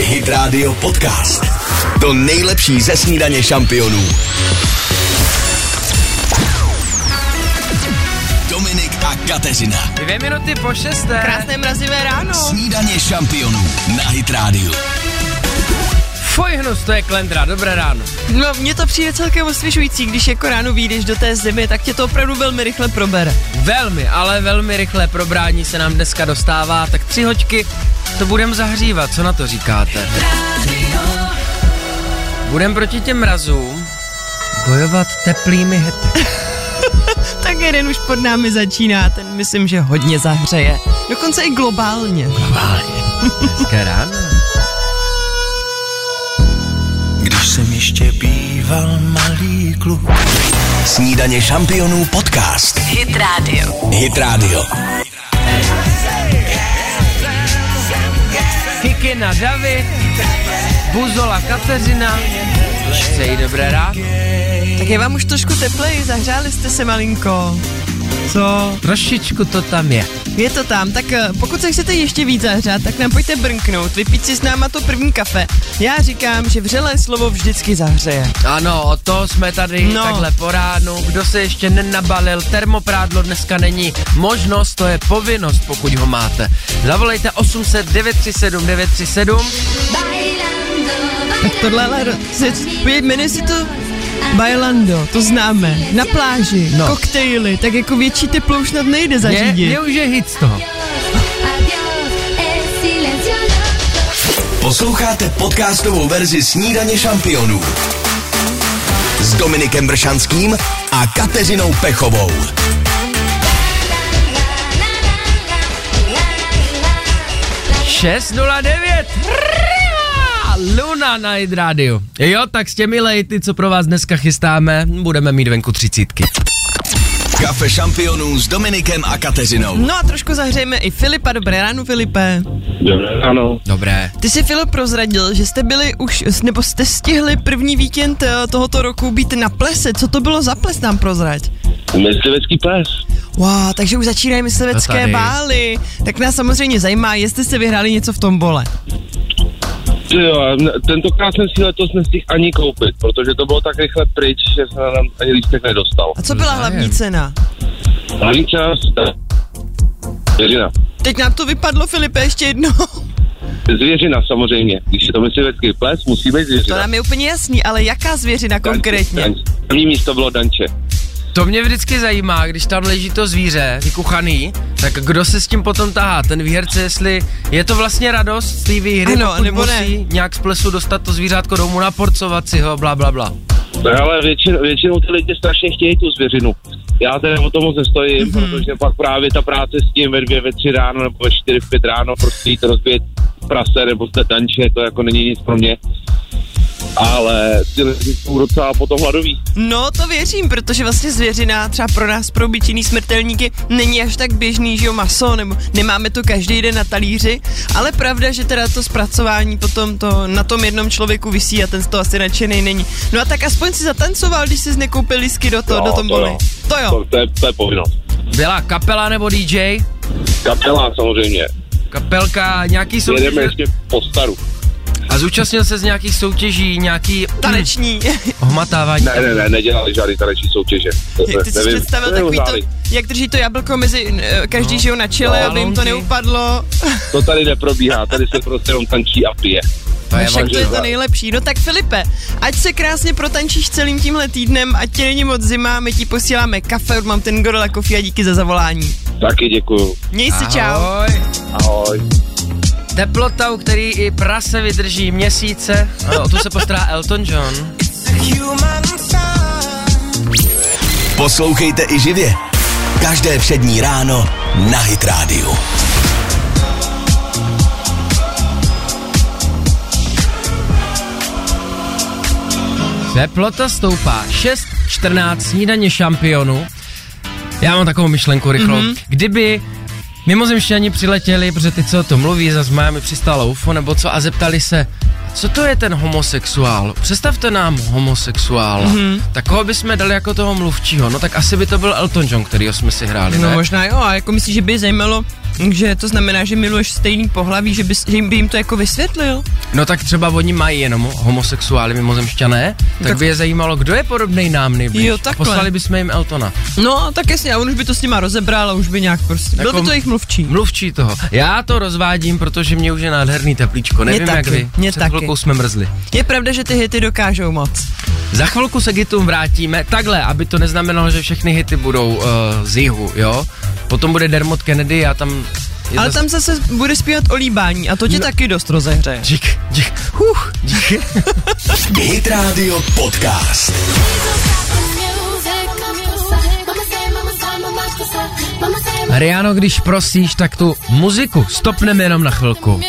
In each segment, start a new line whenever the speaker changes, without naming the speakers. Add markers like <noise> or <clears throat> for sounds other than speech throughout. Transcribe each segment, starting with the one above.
Hit Radio Podcast. To nejlepší ze snídaně šampionů. Dominik a Kateřina.
Dvě minuty po šesté.
Krásné mrazivé ráno.
Snídaně šampionů na Hit Radio.
Fuj hnus, to je Klendra, dobré ráno.
No, mně to přijde celkem osvěžující, když jako ráno vyjdeš do té zimy, tak tě to opravdu velmi rychle probere.
Velmi, ale velmi rychlé probrání se nám dneska dostává, tak tři hoďky to budeme zahřívat, co na to říkáte? Budem proti těm mrazům bojovat teplými hety.
Tak jeden už pod námi začíná, ten myslím, že hodně zahřeje. Dokonce i globálně.
Hezké ráno.
Když jsem ještě býval malý kluk. Snídaně šampionů podcast. Hit Radio. Hit Radio.
Kikina David, Buzola Kateřina, přeji dobré ráno.
Tak je vám už trošku tepleji, zahřáli jste se malinko. Co?
Trošičku to tam je.
Je to tam, tak eh, pokud se chcete ještě víc zahřát, tak nám pojďte brnknout, vypít si s náma to první kafe. Já říkám, že vřelé slovo vždycky zahřeje.
Ano, o to jsme tady no.
No.
takhle po ránu. Kdo se ještě nenabalil, termoprádlo dneska není možnost, to je povinnost, pokud ho máte. Zavolejte 800 937 937.
Tak tohle ale ro- se, pojď, jmenuje si to Bailando, to známe. Na pláži,
No.
no. koktejly, tak jako větší teplo už snad nejde
Je,
zařídit.
je už je hit z toho.
Posloucháte podcastovou verzi Snídaně šampionů. S Dominikem Bršanským a Kateřinou Pechovou.
Thank
609. Luna Night Radio. Jo, tak s těmi lejty, co pro vás dneska chystáme, budeme mít venku třicítky.
Kafe šampionů s Dominikem a Kateřinou.
No a trošku zahřejeme i Filipa. Dobré ráno, Filipe.
Ano,
Dobré.
Ty jsi, Filip, prozradil, že jste byli už, nebo jste stihli první víkend eh, tohoto roku být na plese. Co to bylo za ples, nám prozrať?
myslivecký pes.
Wow, takže už začínají
To
myslivecké
No tady.
bály. Tak nás samozřejmě zajímá, jestli jste vyhráli něco v tom bole.
Ty jo, n- tentokrát jsem si letos nestihl ani koupit, protože to bylo tak rychle pryč, že jsem na něm ani lístek nedostal.
A co byla
Zájem.
hlavní cena?
Hlavní čas, eh, zvěřina.
Teď nám to vypadlo, Filipe, ještě jednou. <laughs>
Zvěřina samozřejmě, když je to myslivecký ples, musí být
To
zvěřina.
nám je úplně jasný, ale jaká zvěřina
Danče,
konkrétně?
Danče. První místo bylo Danče.
To mě vždycky zajímá, když tam leží to zvíře, vykuchaný, tak kdo se s tím potom tahá? Ten výherce, jestli je to vlastně radost z té výhry,
Ano,
pokud
nebo ne.
musí nějak z plesu dostat to zvířátko domů, naporcovat si ho, bla, bla, bla.
No, ale většinou, většinou ty lidi strašně chtějí tu zvěřinu. Já teda o tom moc
Mhm.
nestojím, mm-hmm. protože pak právě ta práce s tím ve dvě, ve tři ráno nebo ve čtyři, v pět ráno prostě jít rozbít prase nebo jste tanče, to jako není nic pro mě. Ale ty lidi jsou docela potom hladoví.
No, to věřím, protože vlastně zvěřina třeba pro nás, pro byčiný smrtelníky, není až tak běžný, že jo, maso, nebo nemáme to každý den na talíři, ale pravda, že teda to zpracování potom to na tom jednom člověku visí a ten z toho asi nadšený není. No a tak aspoň si zatancoval, když jsi nekoupil lisky do, to,
No,
do tom
to
boli.
jo.
To
To,
jo.
to, je, to je povinnost.
Byla kapela nebo DJ?
Kapela samozřejmě.
Kapelka, nějaký
Jedeme
soutěž.
ještě po staru.
A zúčastnil se z nějakých soutěží, nějaký hm,
<laughs>
Taneční.
ohmatávání.
Ne, ne, ne, nedělali žádný taneční soutěže. To-
Jak ty jsi
nevím,
představil
nevím,
takový to,
zálik.
jak drží to jablko mezi eh, každý, že jo, na čele,
No,
aby jim to
balonky.
neupadlo.
To tady neprobíhá, tady se prostě jenom tančí a pije.
To je
No Však to
ono.
je to nejlepší. No tak Filipe, ať se krásně protančíš celým tímhle týdnem, ať tě není moc zima, my ti posíláme kafe, mám ten Gorilla Coffee a díky za zavolání.
Taky děkuju.
Měj se, čau.
Ahoj.
Ahoj.
Teplota, u který i prase vydrží měsíce. Ano, o tu se postará Elton John.
Poslouchejte i živě. Každé přední ráno na Hit Radio.
Teplota stoupá 6.14 snídaně šampionu. Já mám takovou myšlenku rychlou.
Mhm.
Mm-hmm. Kdyby mimozemšťani přiletěli, protože ty, co to mluví, zase máme přistálo UFO nebo co, a zeptali se, co to je ten homosexuál? Představte nám homosexuála.
Mhm.
Mm-hmm. Tak koho bychom dali jako toho mluvčího? No tak asi by to byl Elton John, kterýho jsme si hráli,
No
ne?
možná jo, a jako myslíš, že by je zajímalo, že to znamená, že miluješ stejný pohlaví, že, bys, že by jim to jako vysvětlil?
No tak třeba oni mají jenom homosexuály mimozemšťané, tak,
Tak-
by je zajímalo, kdo je podobný nám nejblíž.
Jo,
A
takhle.
Poslali bychom jim Eltona.
No, tak jasně, a on už by to s nima rozebral a už by nějak prostě, byl by
Jako-
to jejich mluvčí.
Mluvčí toho. Já to rozvádím, protože mě už je nádherný teplíčko. Nevím, jak
taky,
vy.
mě
Před
taky.
chvilkou jsme mrzli.
Je pravda, že ty hity dokážou moc.
Za chvilku se k hitům vrátíme. Takhle, aby to neznamenalo, že všechny hity budou uh, z jihu, jo? Potom bude Dermot Kennedy, já tam... je No.
Ale
zas-
tam zase bude zpívat o líbání a to tě taky dost rozehřeje.
Dík, dík, huh, <laughs> díky.
Hit Radio Podcast.
Riano, když prosíš, tak tu muziku stopneme jenom na chvilku.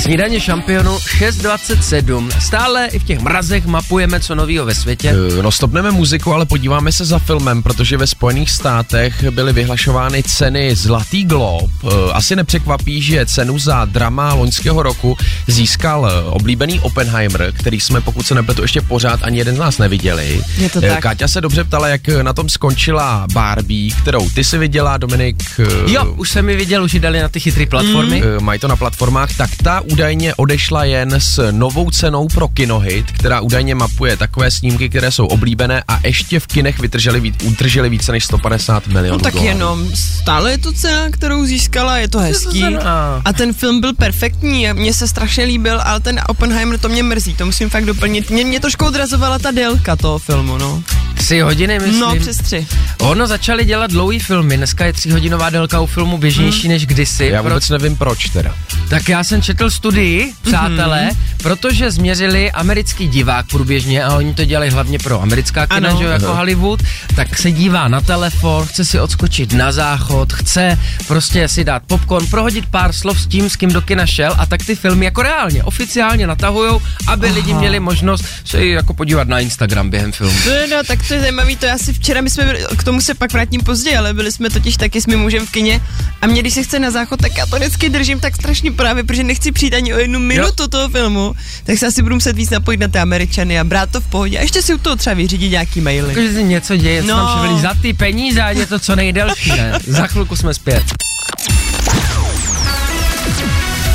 Snídaně šampionu 6.27. Stále i v těch mrazech mapujeme, co novýho ve světě.
Eh, No stopneme muziku, ale podíváme se za filmem, protože ve Spojených státech byly vyhlašovány ceny Zlatý glob. Eh, Asi nepřekvapí, že cenu za drama loňského roku získal eh, oblíbený Oppenheimer, který jsme, pokud se nepletu, ještě pořád ani jeden z nás neviděli.
Je to
Eh,
tak.
Káťa se dobře ptala, jak eh, na tom skončila Barbie, kterou ty si viděla, Dominik. eh,
Jo, už jsem mi viděl, už ji dali na ty chytré platformy.
eh, mají to na platformách, tak ta údajně odešla jen s novou cenou pro kinohit, která údajně mapuje takové snímky, které jsou oblíbené a ještě v kinech vytrželi, ví- utrželi více než 150 milionů
No tak
dolarů.
jenom, stále je to cena, kterou získala, je to hezký.
cena. no.
A ten film byl perfektní, mně se strašně líbil, ale ten Oppenheimer to mě mrzí, to musím fakt doplnit. Mě, mě trošku odrazovala ta délka toho filmu, no.
Tři hodiny, myslím.
No, přes tři.
Ono začali dělat dlouhý filmy, dneska je tříhodinová délka u filmu běžnější než kdysi.
Já Vlastně
Pro-
vůbec nevím proč teda.
Tak já jsem četl studii, přátelé, mm-hmm. protože změřili americký divák průběžně a oni to dělají hlavně pro americká kina,
Ano.
že jo, jako
Aha.
Hollywood, tak se dívá na telefon, chce si odskočit na záchod, chce prostě si dát popcorn, prohodit pár slov s tím, s kým do kina šel a tak ty filmy jako reálně, oficiálně natahujou, aby Aha. lidi měli možnost se i jako podívat na Instagram během filmu.
No, no, tak to je zajímavý, to já si včera, my jsme, byli- k tomu se pak vrátím později, ale byli jsme totiž taky s mým mužem v kině a mě, když se chce na záchod, tak já to vždycky držím tak strašně právě, protože nechci přijít ani o jednu minutu toho filmu, tak se asi budu muset víc napojit na ty Američany a brát to v pohodě a ještě si u toho třeba vyřídit nějaký maily.
Jakože se něco děje, co no.
No.
tam přivedli za ty peníze, ať je to co nejdelší, <laughs> ne? Za chvilku jsme zpět.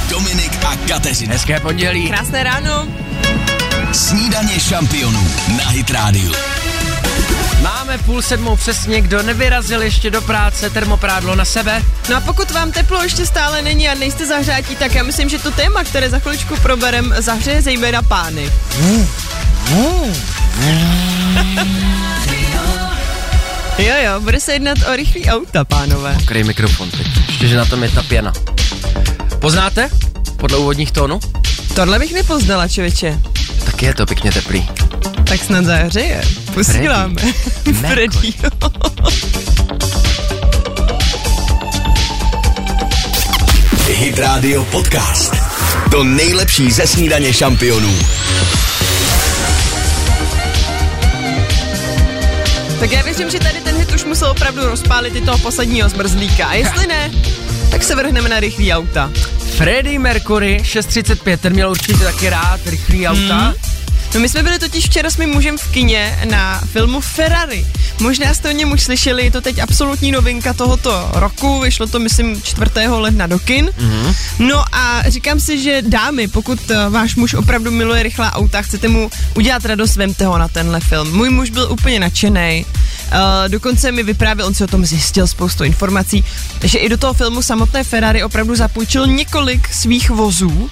Dominik a Kateřina.
Hezké pondělí.
Krásné ráno.
Snídaně šampionů na Hit Radio.
Máme půl sedmou přesně, kdo nevyrazil ještě do práce, termoprádlo na sebe.
No a pokud vám teplo ještě stále není a nejste zahřátí, tak já myslím, že to téma, které za chviličku proberem, zahřeje zejména pány. Jo, jo, bude se jednat o rychlý auta, pánové.
Kryj mikrofon teď, ještě, že na tom je ta pěna. Poznáte? Podle úvodních tónů?
Tohle bych nepoznala, člověče.
Tak je to pěkně teplý.
Tak snad zahřeje. Posíláme.
Mercury.
<laughs> Freddy.
Hit Radio Podcast. To nejlepší ze snídaně šampionů.
tak já věřím, že tady ten hit už musel opravdu rozpálit i toho posledního zmrzlíka. A jestli ne, tak se vrhneme na rychlý auta.
Freddie Mercury 635, ten měl určitě taky rád rychlý auta.
No my jsme byli totiž včera s mým mužem v kině na filmu Ferrari. Možná jste o něm už slyšeli, je to teď absolutní novinka tohoto roku, vyšlo to myslím 4. ledna do kin. Mm-hmm. No a říkám si, že dámy, pokud eh, váš muž opravdu miluje rychlá auta, chcete mu udělat radost, vemte ho na tenhle film. Můj muž byl úplně nadšený. Uh, dokonce mi vyprávěl, on si o tom zjistil spoustu informací, že i do toho filmu samotné Ferrari opravdu zapůjčil několik svých vozů,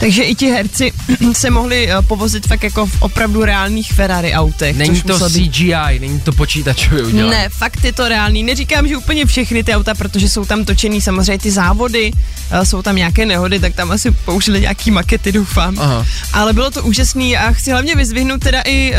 takže i ti herci <clears throat> se mohli eh, povozit fakt jako v opravdu reálných Ferrari autech.
Není
což
to
musel být-
CGI, není to počítačově udělané.
Ne, fakt je to reálný. Neříkám, že úplně všechny ty auta, protože jsou tam točený samozřejmě ty závody, eh, jsou tam nějaké nehody, tak tam asi použili nějaký makety, doufám.
Aha.
Ale bylo to úžasný a chci hlavně vyzvihnout teda i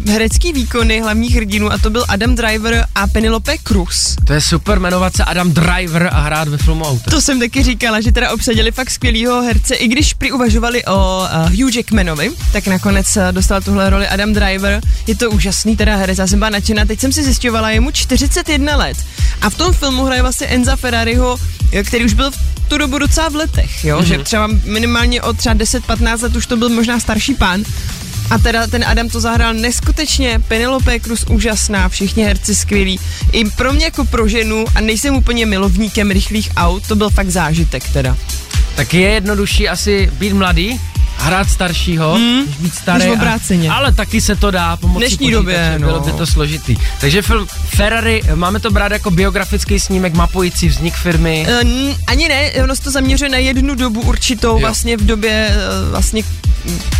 uh, herecký výkony hlavních hrdinů a to byl Adam Driver a Penelope Cruz.
To je super jmenovat se Adam Driver a hrát ve filmu auta.
To jsem taky říkala, že teda obsadili fakt skvělýho herce, i když prý uvažovali o uh, Hugh Jackmanovi, tak nakonec uh, dostal tuhle roli Adam Driver. Je to úžasný teda herec, já jsem byla nadšená. Teď jsem si zjišťovala, je mu 41 let a v tom filmu hraje vlastně Enza Ferrariho, eh, který už byl v tu dobu docela v letech, jo? Mm-hmm. že třeba minimálně o třeba 10-15 let už to byl možná starší pán. A teda ten Adam to zahrál neskutečně, Penelope Cruz úžasná, všichni herci skvělí. I pro mě jako pro ženu, a nejsem úplně milovníkem rychlých aut, to byl fakt zážitek teda.
Tak je jednodušší asi být mladý hrát staršího,
Hmm.
než být starý.
Než
a-
obráceně.
ale taky se to dá pomocí
dnešní
počítače,
době, no.
Bylo by to složitý. Takže film Ferrari, máme to brát jako biografický snímek mapující vznik firmy.
Eh, n- Ani ne, ono se to zaměřuje na jednu dobu určitou
Jo.
jo. vlastně v době eh, vlastně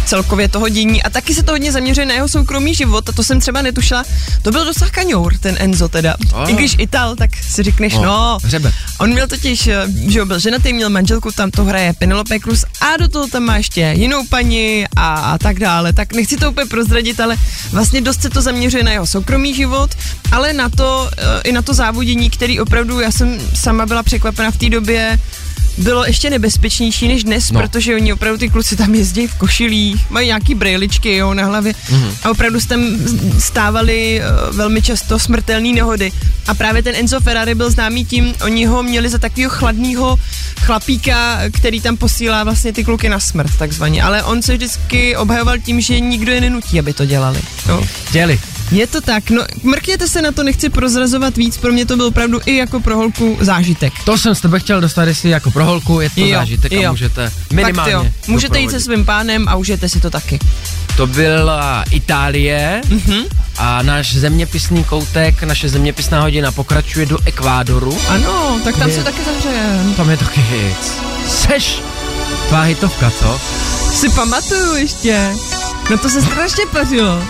celkově toho dění a taky se to hodně zaměřuje na jeho soukromý život a to jsem třeba netušila. To byl docela kaňour, ten Enzo teda.
Oh.
I když Ital, tak si řekneš,
O,
oh. no,
Hřebe.
On měl totiž, eh, že jo, byl ženatý, měl manželku, tam to hraje Penelope Cruz a do toho tam má ještě jinou paní a, a tak dále. Tak nechci to úplně prozradit, ale vlastně dost se to zaměřuje na jeho soukromý život, ale na to, eh, i na to závodění, který opravdu, já jsem sama byla překvapena v té době, bylo ještě nebezpečnější než dnes,
No.
no. protože oni opravdu ty kluci tam jezdí v košilích, mají nějaký brejličky jo, na hlavě mm-hmm. a opravdu se tam stávaly eh, velmi často smrtelné nehody. A právě ten Enzo Ferrari byl známý tím, oni ho měli za takového chladného chlapíka, který tam posílá vlastně ty kluky na smrt takzvaně. Ale on se vždycky obhajoval tím, že nikdo je nenutí, aby to dělali. Jo.
Děli.
Je to tak, no mrkněte se na to, nechci prozrazovat víc, pro mě to byl opravdu i jako pro holku zážitek.
To jsem s tebe chtěl dostat, jestli jako pro holku je to
Jo,
zážitek a
jo.
můžete
tak
minimálně
ty jo, můžete jít se
doprovodit.
svým pánem a užijete si to taky.
To byla Itálie
Mhm.
a náš zeměpisný koutek, naše zeměpisná hodina pokračuje do Ekvádoru.
Ano, tak tam se taky zahřejem.
Tam je taky hit. Seš tvá hitovka, co?
Si pamatuju ještě. No to se strašně pařilo.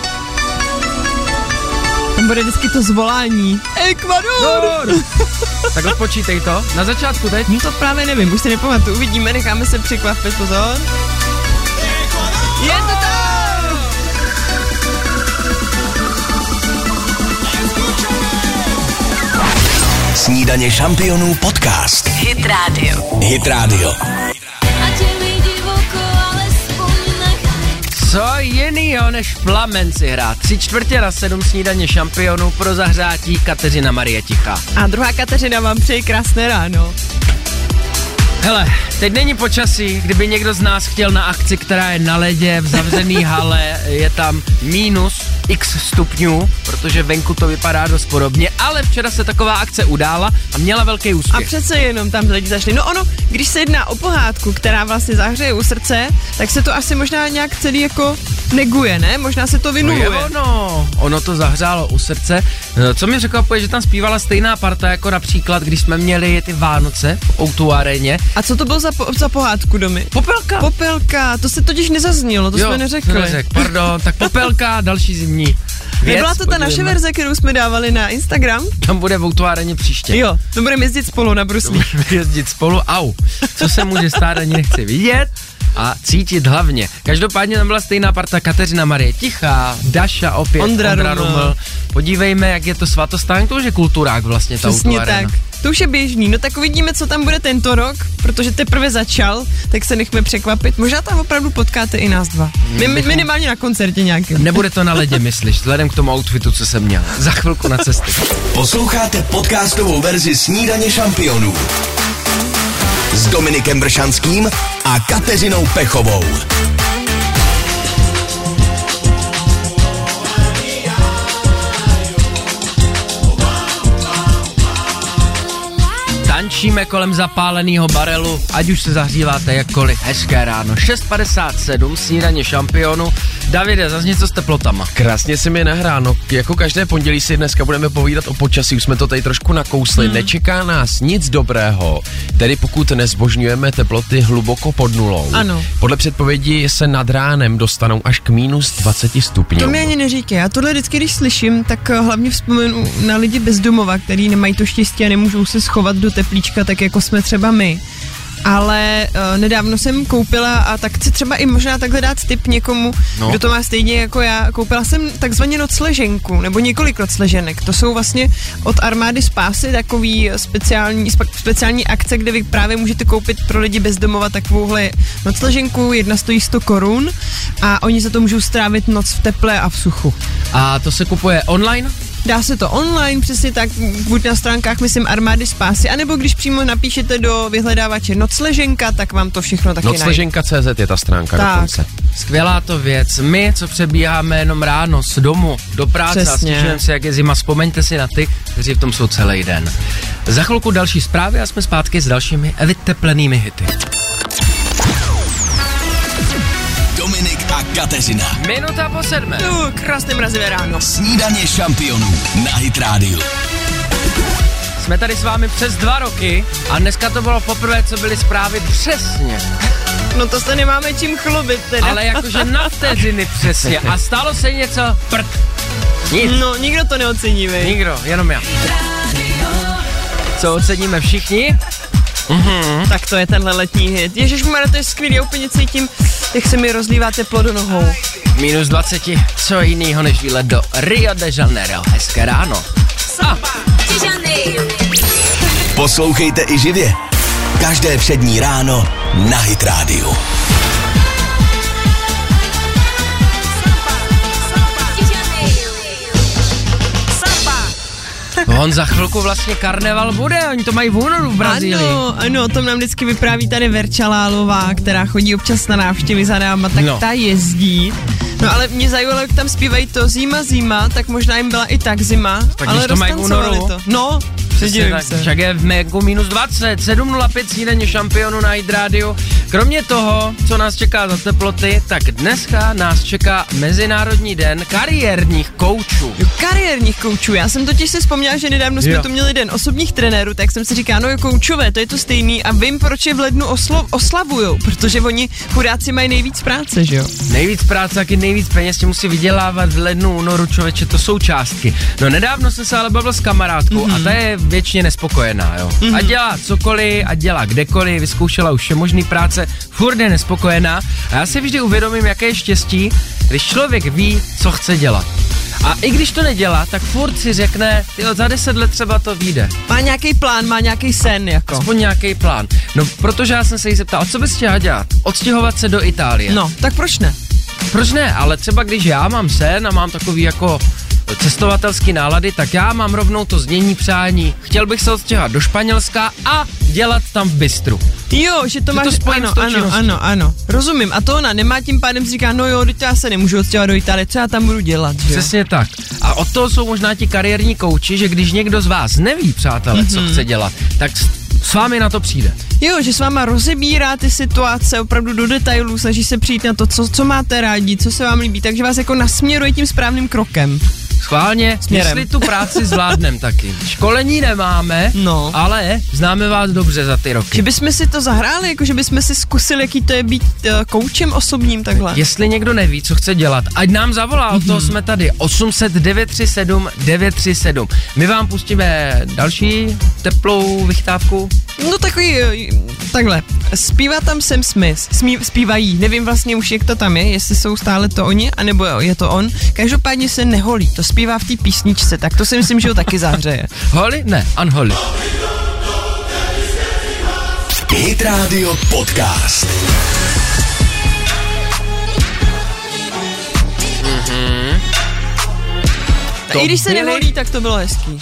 Tam bude vždycky to zvolání. Ekvador!
Tak odpočítej to. Na začátku teď.
No to právě nevím, už si nepamatuju. Uvidíme, necháme se překvapit, pozor. Je to tam!
Snídaně šampionů podcast. Hit Radio. Hit Radio.
Ať je mi divoko, alespoň nechaj.
Co jinýho než plamen si hrát? Tři čtvrtě na sedm snídaně šampionů pro zahřátí Kateřina Marie Tichá.
A druhá Kateřina vám přeje krásné ráno.
Hele, teď není počasí, kdyby někdo z nás chtěl na akci, která je na ledě, v zavřený hale, je tam minus x stupňů, protože venku to vypadá dost podobně, ale včera se taková akce udála a měla velký
A
úspěch.
přece jenom tam lidi zašli. No ono, když se jedná o pohádku, která vlastně zahřeje u srdce, tak se to asi možná nějak celý jako neguje, ne? Možná se to
No
vynuluje.
je ono, ono to zahřálo u srdce. No, Co mi překvapuje, že tam zpívala stejná parta, jako například, když jsme měli ty Vánoce v O2 aréně.
A co to bylo za, po, za pohádku domy?
Popelka!
Popelka, to se totiž nezaznělo, to
jo,
jsme neřekli.
Neřek, pardon, tak
<laughs>
Popelka, další zimní věc.
Nebyla to ta naše
podívejme.
verze, kterou jsme dávali na Instagram?
Tam bude v O2 aréně příště.
Jo, to budeme jezdit spolu na bruslích.
jezdit spolu, au, co se může stát, ani nechci vidět a cítit hlavně. Každopádně tam byla stejná parta Kateřina Marie Tichá, Daša opět,
Ondra Ruml.
Podívejme, jak je to svatostánk, to už je kulturák vlastně ta
Přesně
U2
tak.
Arena.
To už je běžný. No tak uvidíme, co tam bude tento rok, protože teprve začal, tak se nechme překvapit. Možná tam opravdu potkáte i nás dva.
Hmm,
Mi- mi- minimálně na koncertě nějakým.
Nebude to na ledě, myslíš, vzhledem k tomu outfitu, co jsem měl. Za chvilku na cesty.
Posloucháte podcastovou verzi Snídaně šampionů s Dominikem Bršanským a Kateřinou Pechovou.
Tančíme kolem zapáleného barelu, ať už se zahříváte jakkoliv. Hezké ráno, 6.57, snídaně šampionu. Davide, zase něco s teplotama.
Krásně si mi nahrá, no jako každé pondělí si dneska budeme povídat o počasí, už jsme to tady trošku nakousli, hmm. nečeká nás nic dobrého, tedy pokud nezbožňujeme teploty hluboko pod nulou.
Ano.
Podle předpovědi se nad ránem dostanou až k minus 20 stupňů.
To mi ani neříkej. Já tohle vždycky, když slyším, tak eh, hlavně vzpomenu na lidi bez domova, který nemají to štěstí a nemůžou se schovat do teplíčka, tak jako jsme třeba my. Ale uh, nedávno jsem koupila, a tak si třeba i možná takhle dát tip někomu,
No.
no. kdo to má stejně jako já. Koupila jsem takzvaně nocleženku, nebo několik nocleženek. To jsou vlastně od armády spásy takový speciální, spa- speciální akce, kde vy právě můžete koupit pro lidi bez domova takovouhle nocleženku. Jedna stojí 100 korun a oni za to můžou strávit noc v teple a v suchu.
A to se kupuje online?
Dá se to online, přesně tak, buď na stránkách, myslím, armády spásy, anebo když přímo napíšete do vyhledávače nocleženka, tak vám to všechno taky najde.
Nocleženka.cz je ta stránka
Tak.
dokonce.
Skvělá to věc. My, co přebíháme jenom ráno z domu do práce Přesně. a
Přesně.
stěžujeme si, jak je zima, vzpomeňte si na ty, kteří v tom jsou celý den. Za chvilku další zprávy a jsme zpátky s dalšími vyteplenými hity.
Dominik a Kateřina.
Minuta po sedmé.
Uh, krásné mrazivé ráno.
Snídaně šampionů na Hit Radio.
Jsme tady s vámi přes dva roky a dneska to bylo poprvé, co byly zprávy přesně.
No to se nemáme čím chlubit teda.
Ale jakože na vteřiny přesně. A stalo se něco prd. Nic.
No, nikdo to neocení, vej.
Nikdo, jenom já. Co oceníme všichni?
Tak to je tenhle letní hit. Ježíš, to je skvělý, já úplně cítím, jak se mi rozlívá teplo do nohou.
Minus 20, co jiného než výlet do Rio de Janeiro. Hezké ráno.
Poslouchejte i živě. Každé přední ráno na Hit Radio.
On za chvilku vlastně karneval bude, oni to mají v únoru v Brazílii.
Ano, ano, o tom nám vždycky vypráví tady Verča Lálová, která chodí občas na návštěvy za náma, tak
No.
no. ta jezdí. No ale mě zajímalo, jak tam zpívají to zima, zima, tak možná jim byla i tak zima,
Tak když
ale
to mají v
roztancovali
únoru.
to. No,
Přesně
předivím
tak,
se.
však je v Megu minus 20, 7.05 snídaně šampionu na Hydrádiu. Kromě toho, co nás čeká za teploty, tak dneska nás čeká Mezinárodní den kariérních koučů.
Kariérních koučů. Já jsem totiž si vzpomněla, že nedávno jsme
Jo.
tu měli den osobních trenérů, tak jsem si říkala, no jo, koučové, to je to stejný a vím, proč je v lednu oslo- oslavujou, protože oni chudáci mají nejvíc práce, že jo?
Nejvíc práce, taky nejvíc peněz ti musí vydělávat v lednu, únoru, člověče, to jsou částky. No nedávno jsem se ale bavil s kamarádkou mm-hmm. a ta je věčně nespokojená, jo. Mm-hmm. A dělá cokoliv, a dělá kdekoliv, vyzkoušela už možný práce, furt je nespokojená. A já si vždy uvědomím, jaké je štěstí, když člověk ví, co chce dělat. A i když to nedělá, tak furt si řekne, jo, za deset let třeba to vyjde.
Má nějaký plán, má nějaký sen, jako.
Aspoň nějaký plán. No, protože já jsem se jí zeptal, a co bys chtěla dělat? Odstěhovat se do Itálie.
No, tak proč ne?
Proč ne? Ale třeba když já mám sen a mám takový jako cestovatelský nálady, tak já mám rovnou to znění přání. Chtěl bych se odstěhat do Španělska a dělat tam v bistru.
Jo, že to máš...
to spojím
ano,
s tou
ano,
činností.
ano, ano. Rozumím. A to ona nemá tím pádem si říká, no jo, teď já se nemůžu odstěhovat do Itálie, co já tam budu dělat, že jo?
Přesně tak. A od toho jsou možná ti kariérní kouči, že když někdo z vás neví, přátelé, mm-hmm. co
Mhm.
chce dělat, tak s, s vámi na to přijde.
Jo, že s váma rozebírá ty situace opravdu do detailů, snaží se přijít na to, co, co máte rádi, co se vám líbí, takže vás jako nasměruje tím správným krokem.
Schválně,
Směrem.
jestli tu práci zvládnem taky. Školení nemáme,
No.
ale známe vás dobře za ty roky.
Že bychom si to zahráli, jako že bychom si zkusili, jaký to je být eh, koučem osobním takhle.
Jestli někdo neví, co chce dělat, ať nám zavolá, od
Mhm.
toho jsme tady. 800 937 937. My vám pustíme další teplou vychtávku.
No takový, eh, takhle, zpívá tam Sam Smith, Smí, zpívají, nevím vlastně už, jak to tam je, jestli jsou stále to oni, anebo je to on. Každopádně se neholí, to zpívá v té písničce, tak to si myslím, že ho taky zahřeje.
Holy? Ne, unholy.
Hit Radio Podcast.
I když se
byly-
neholí, tak to bylo hezký.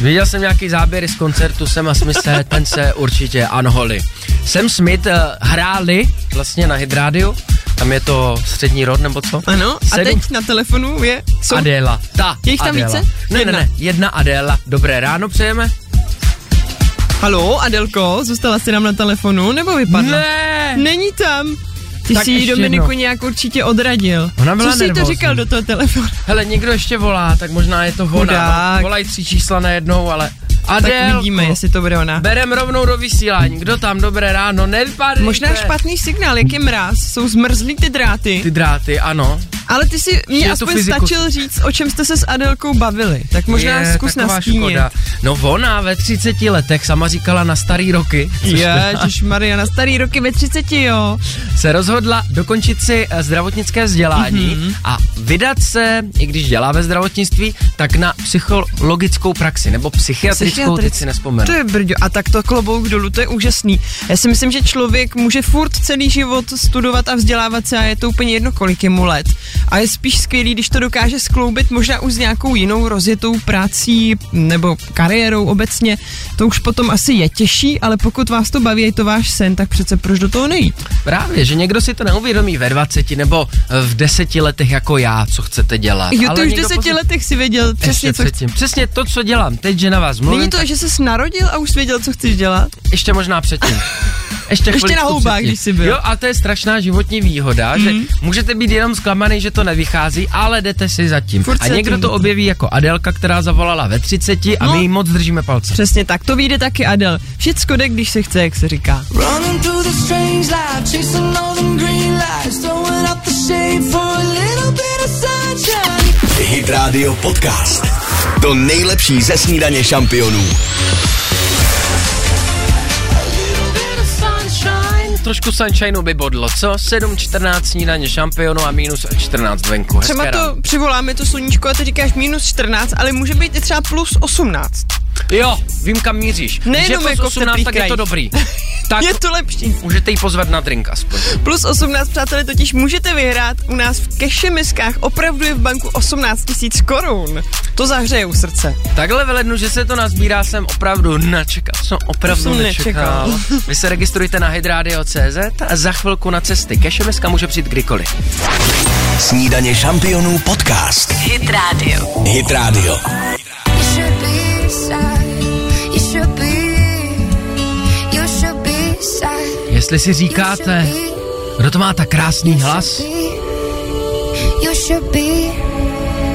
Viděl jsem nějaký záběry z koncertu Sema Smithe, <laughs> ten se určitě unholy. Sam Smith uh, hráli vlastně na Hydrádiu, tam je to střední rod nebo co?
Ano, a
Sedm-
teď na telefonu je... Jsou...
Adéla. Ta.
Je jich tam
Adéla.
více?
Ne,
Jedna.
ne, ne. Jedna Adéla. Dobré ráno přejeme.
Halo, Adelko, zůstala jsi nám na telefonu, nebo vypadla?
Ne.
Není tam. Ty
Tak
jsi ji
ještě
Dominiku
jednou.
nějak určitě odradil.
Ona byla
Co jsi jí to
nervózní.
říkal do toho telefonu?
Hele, někdo ještě volá, tak možná je to ona.
Chudák.
No, Volají tři čísla najednou, ale...
Tak
Adélko,
uvidíme, jestli to bude ona.
Berem rovnou do vysílání. Kdo tam? Dobré ráno, nevypadejte.
Možná špatný signál, jak je mráz, jsou zmrzlý ty
Ty
dráty,
dráty, ano.
ale ty si mě
tu
aspoň
fyziku.
stačil říct, o čem jste se s Adelkou bavili. Tak možná
je
zkus
taková
nastínit.
škoda. No ona ve 30 letech sama říkala na starý roky, což
Ježiš Mariana, starý roky ve 30, jo.
se rozhodla dokončit si eh, zdravotnické vzdělání
Mhm.
mm-hmm. a vydat se, i když dělá ve zdravotnictví, tak na psychologickou praxi, nebo psychiatrickou, teď si nespomenu.
To je brďo. A tak to klobouk dolů, to je úžasný. Já si myslím, že člověk může furt celý život studovat a vzdělávat se a je to úplně jedno, kolik je mu let. A je spíš skvělý, když to dokáže skloubit možná už s nějakou jinou rozjetou prací nebo kariérou obecně. To už potom asi je těžší, ale pokud vás to baví, je to váš sen, tak přece proč do toho nejít?
Právě, že někdo si to neuvědomí ve 20 nebo eh, v 10 letech jako já, co chcete dělat.
Jo, ty už v
někdo
deseti
pozor-
letech si věděl přesně,
Ještě
co
předtím. Přesně to, co dělám. Teď, že na vás mluvím,
Není to, že jsi narodil a už jsi věděl, co chceš dělat? <laughs>
ještě možná předtím. ještě,
Ještě
chviličku
na houbách,
předtím.
když jsi byl. Mhm.
Jo, a to je strašná životní výhoda, mm. že můžete být jenom zklamaný, že to nevychází, ale jdete si za tím.
Furt
a
si za
někdo
tím
to
jdete.
objeví jako Adelka, která zavolala ve 30 a
No.
my jí moc držíme palce.
Přesně tak, to vyjde taky Adel. Všecko jde, když se chce, jak se říká.
Running through the strange life, chasing all them green lights, throwing up the shade for a little bit of sunshine.
Hit Radio Podcast. To nejlepší ze snídaně šampionů.
Trošku sunshineu by bodlo, co? 7-14 snídaně šampionu a minus 14 venku. Hezké
Třeba
ráno.
to přivoláme to sluníčko a ty říkáš minus 14, ale může být i třeba plus 18.
Jo, vím kam míříš.
Nejenom
Když je plus
jako v
18,
teplých
tak je to
krajích.
<laughs> dobrý. Tak
Je to lepší.
můžete ji pozvat na drink aspoň.
Plus 18, přátelé, totiž můžete vyhrát u nás v Kešemiskách. Opravdu je v banku 18 tisíc korun. To zahřejou srdce.
Takhle ve lednu, že se to nazbírá, jsem opravdu načekal. Jsem opravdu
To jsem
nečekal. Vy se registrujte na hydradio.cz a za chvilku na cesty. Kešemeska může přijít kdykoliv.
Snídaně šampionů podcast. Hit Radio. Hit Radio.
You should be sad. You should be. You should be sad.
Jestli si říkáte, kdo to má tak krásný hlas,
You should be.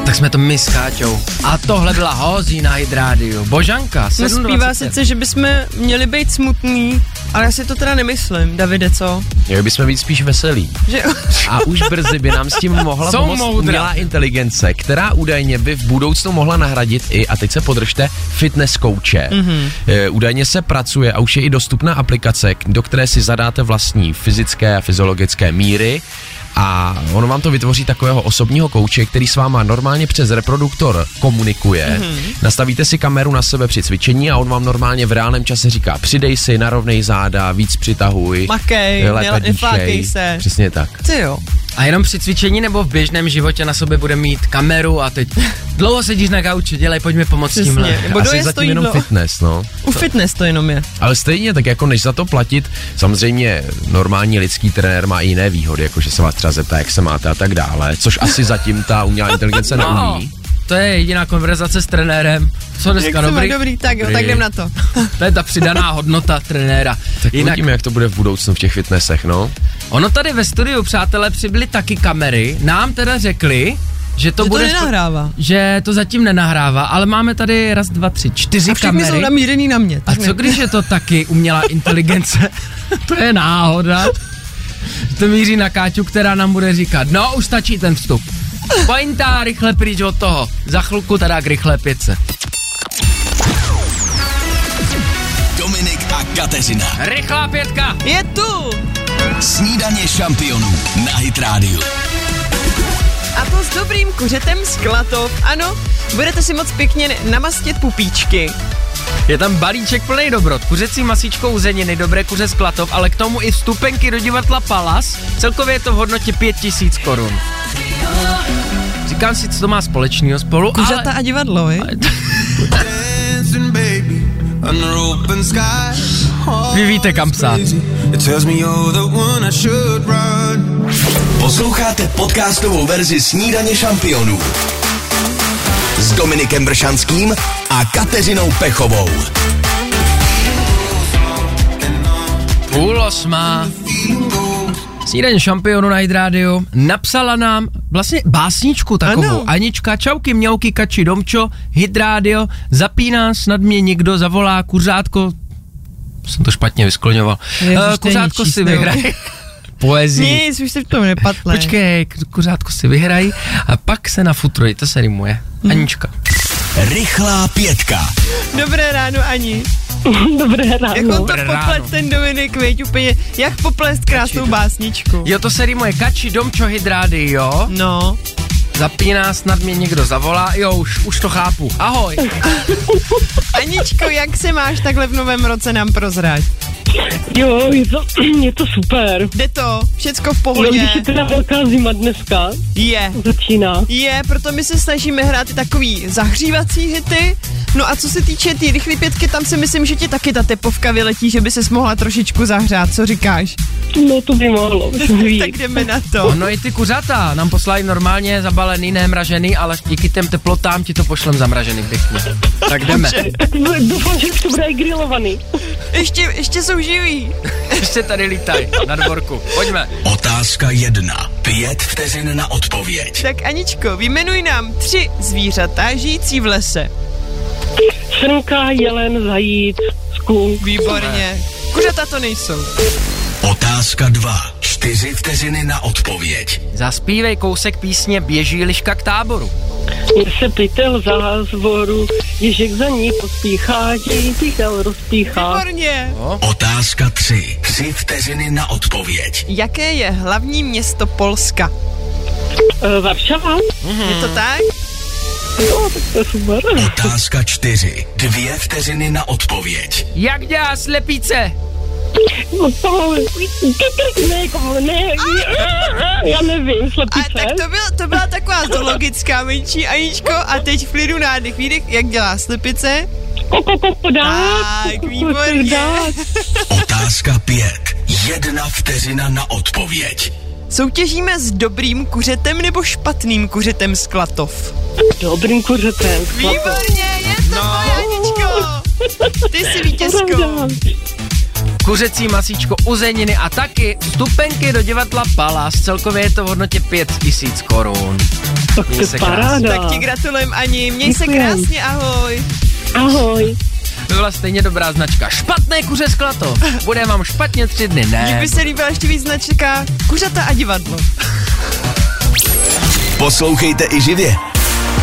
tak jsme to my s Káťou. A tohle byla Hozí na Hydrádiu. Božanka,
No, zpívá
7.25.
sice, že bychom měli být smutný, ale já si to teda nemyslím, Davide, co?
Měli bychom být spíš veselí.
Že <laughs>
A už brzy by nám s tím mohla
Jsou
pomoct
moudrá.
umělá inteligence, která údajně by v budoucnu mohla nahradit i, a teď se podržte, fitness kouče. Mm-hmm. E, údajně se pracuje a už je i dostupná aplikace, k- do které si zadáte vlastní fyzické a fyziologické míry a ono vám to vytvoří takového osobního kouče, který s váma normálně přes reproduktor komunikuje.
Mhm.
Mm-hmm. Nastavíte si kameru na sebe při cvičení a on vám normálně v reálném čase říká přidej si, narovnej záda, víc přitahuj,
Makej, ne-
lépe
neflákej
dýchej.
se.
Přesně tak.
Ty jo.
A jenom při cvičení nebo v běžném životě na sobě bude mít kameru a teď dlouho sedíš na gauči, dělej, pojďme pomoct s
Přesně.
tímhle.
Nebo
Asi
dojezd to
zatím jenom
jídlo.
fitness, no.
U fitness to jenom je.
Ale stejně, tak jako než za to platit, samozřejmě normální lidský trenér má i jiné výhody, jako že se vás třeba zeptá, jak se máte a tak dále, což asi zatím ta umělá
<laughs>
inteligence
No.
neumí.
No, To je jediná konverzace s trenérem. Co dneska
Jak se má
dobrý?
dobrý, tak jo, tak jdem na to.
To je ta přidaná hodnota trenéra.
Tak
Jinak,
uvidíme, jak to bude v budoucnu v těch fitnessech, no.
ono tady ve studiu, přátelé, přibyly taky kamery. Nám teda řekli, že to
To, to
bude... spo-
nenahrává.
Že to zatím nenahrává, ale máme tady raz, dva, tři, čtyři
A všechny jsou
kamery.
namířený na mě.
A co když je to taky umělá inteligence? <laughs> to je náhoda. To míří na Káťu, která nám bude říkat, no už stačí ten vstup. Pointa, rychle pryč od toho. Za chvilku teda k rychlé pětce.
Dominik a Kateřina.
Rychlá pětka!
Je tu!
Snídaně šampionů na Hit Radio.
A to s dobrým kuřetem z Klatov. Ano, budete si moc pěkně namastit pupíčky.
Je tam balíček plný dobrot, kuřecí masíčko uzeniny, dobré kuře z Klatov, ale k tomu i vstupenky do divadla Palas. Celkově je to v hodnotě 5000 korun. Říkám si, co to má společného spolu,
Kuřata a divadlo, je?
ale... Vy víte, kam psát.
Posloucháte podcastovou verzi Snídaně šampionů s Dominikem Bršanským a Kateřinou Pechovou.
Půl osmá. Snídaň šampionu na Hydrádiu napsala nám vlastně básničku takovou.
Ano.
Anička, čauky, mňauky, kači, domčo, Hydrádio, zapíná, snad mě někdo zavolá, kuřátko, jsem to špatně vyskloňoval,
Ježiš,
Eh,
to je
kuřátko si
nečísnou. <laughs>
vyhraje poezii.
Nic, už se v tom nepatle.
Počkej, k- kuřátko si vyhrají a pak se nafutruj, to se rimuje.
Hmm.
Anička.
Rychlá pětka.
Dobré ráno, Ani.
<laughs> Dobré
Jak on
ráno.
to
Dobré ráno.
poplet ten Dominik, věď úplně, jak poplést krásnou básničku.
Jo, to se rimuje, kači, domčo, hydrády, jo.
No,
Zapíná, snad mě někdo zavolá, jo, už, už to chápu. Ahoj.
Aničko, jak se máš takhle v novém roce nám prozrať?
Jo, je to, <clears throat> je to super.
Jde to, všecko v
No,
pohodě,
když je teda velká zima dneska,
je.
začíná.
Je, proto my se snažíme hrát i takový zahřívací hity No a co se týče té rychlé pětky, tam si myslím, že ti taky ta tepovka vyletí, že by se mohla trošičku zahřát, co říkáš?
No to by
<laughs>
mohlo,
tak
víc.
jdeme na to.
No i ty kuřata nám poslali normálně zabalený, nemražený, ale díky těm teplotám ti to pošlem zamražený pěkně. Tak jdeme.
no, Doufám, že to bude i grilovaný.
Ještě, ještě jsou živý.
Ještě tady lítaj na dvorku. Pojďme.
Otázka jedna. Pět vteřin na odpověď.
Tak Aničko, vyjmenuj nám tři zvířata žijící v lese.
Srnka, jelen, zajíc, skunk.
Výborně. Kuřata to nejsou.
Otázka dva. Čtyři vteřiny na odpověď.
Zaspívej kousek písně Běží liška k táboru.
se pytel za zvoru, Ježek za ní pospíchá, že jí pytel rozpíchá.
Výborně.
Otázka tři. Tři vteřiny na odpověď.
Jaké je hlavní město Polska?
E, Varšava?
Je to tak?
No, tak to je super.
Otázka čtyři. Dvě vteřiny na odpověď.
Jak dělá slepice?
No to, ne, komu- ne, já nevím,
Ah! A tak
slepice.
to, byl, to byla taková zoologická menší Aničko a teď v klidu nádech výdech, jak dělá slepice.
Koko, koko, dát.
Tak,
koko,
výborně.
dát.
Otázka pět. Jedna vteřina na odpověď.
Soutěžíme s dobrým kuřetem nebo špatným kuřetem z Klatov.
Dobrým kuřetem.
Výborně, je to no. moje Aničko. Ty jsi vítězkou.
kuřecí masíčko, uzeniny a taky vstupenky do divadla Palas. Celkově je to v hodnotě 5000 korun.
Tak to
Měj
je
se krásně.
paráda.
Tak ti gratulujem Ani, měj se
Děkujem.
krásně, ahoj.
Ahoj.
To byla stejně dobrá značka. Špatné kuře sklato. Bude vám špatně tři dny,
Mně
ne?
by se líbila ještě víc značka Kuřata a divadlo.
Poslouchejte i živě.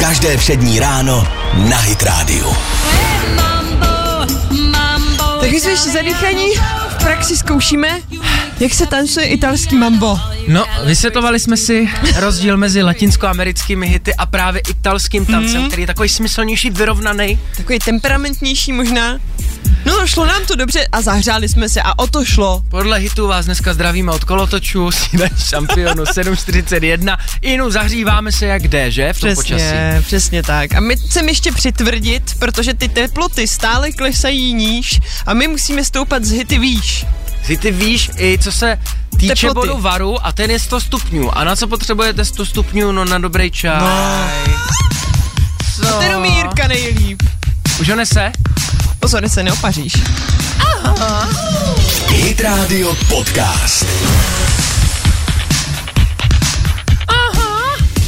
Každé přední ráno na Hit Radio.
Takže jsme ještě zadýchaní, v praxi zkoušíme, jak se tancuje italský mambo.
No, vysvětlovali jsme si rozdíl mezi latinskoamerickými hity a právě italským
Mhm.
tancem, který je takový smyslnější, vyrovnaný.
Takový temperamentnější možná. No, šlo nám to dobře a zahřáli jsme se a o to šlo.
Podle hitu vás dneska zdravíme od kolotočů, <laughs> snídaní šampionu 741. Inu, zahříváme se jak jde, že? V tom počasí.
Přesně, přesně tak. A my chceme ještě přitvrdit, protože ty teploty stále klesají níž a my musíme stoupat z hity výš.
Si ty víš i co se týče
Teploty.
bodu varu a ten je 100 stupňů. A na co potřebujete 100 stupňů? No na dobrý čaj.
To
Co?
No. ten umí Jirka nejlíp.
Už ho nese?
Pozor, se neopaříš.
Hit Radio Podcast.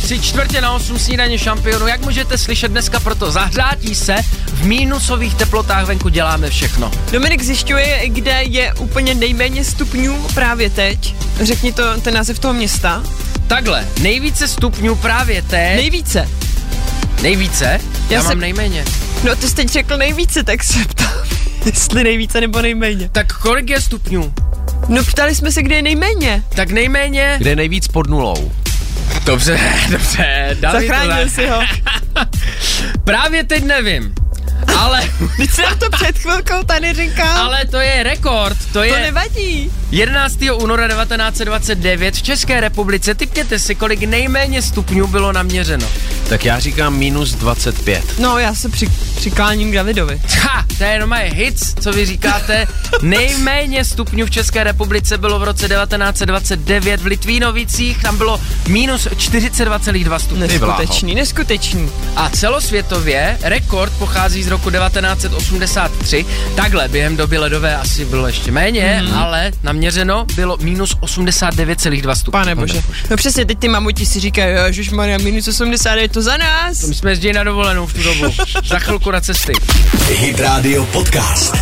Tři čtvrtě na osm snídaně šampionu. Jak můžete slyšet dneska proto zahřátí se, v mínusových teplotách venku děláme všechno.
Dominik zjišťuje, kde je úplně nejméně stupňů právě teď. Řekni to, ten název toho města.
Takhle, nejvíce stupňů právě té, Nej...
Nejvíce.
nejvíce, já,
Já
já mám
se-
nejméně.
No ty jsi teď řekl nejvíce, tak se ptám, <laughs> jestli nejvíce nebo nejméně.
Tak kolik je stupňů?
No ptali jsme se, kde je nejméně.
Tak nejméně...
Kde je nejvíc pod nulou?
Dobře, <laughs> dobře, David,
Zachránil
tohle-
si ho.
Právě teď nevím, ale,
Teď jsi nám to před chvilkou tady říkal.
<laughs> ale to je rekord, to je...
To nevadí.
11. února 1929 v České republice typněte si, kolik nejméně stupňů bylo naměřeno.
Tak já říkám minus 25.
No, já se při, přikláním k Davidovi.
Ha, to je jenom moje hits, co vy
<laughs>
říkáte. Nejméně stupňů v České republice bylo v roce 1929 v Litvínovicích, tam bylo minus 42,2 stupně.
Neskutečný, neskutečný.
A celosvětově rekord pochází z roku 1983. Takhle, během doby ledové asi bylo ještě méně,
Mhm.
mm. ale naměřeno bylo minus 89,2 stupně.
Pane bože. No přesně, teď ty mamoti si říkají, že Maria minus 80 je to za nás.
My jsme jezdili na dovolenou v tu <laughs> dobu. Za chvilku na cesty.
Hit Radio Podcast.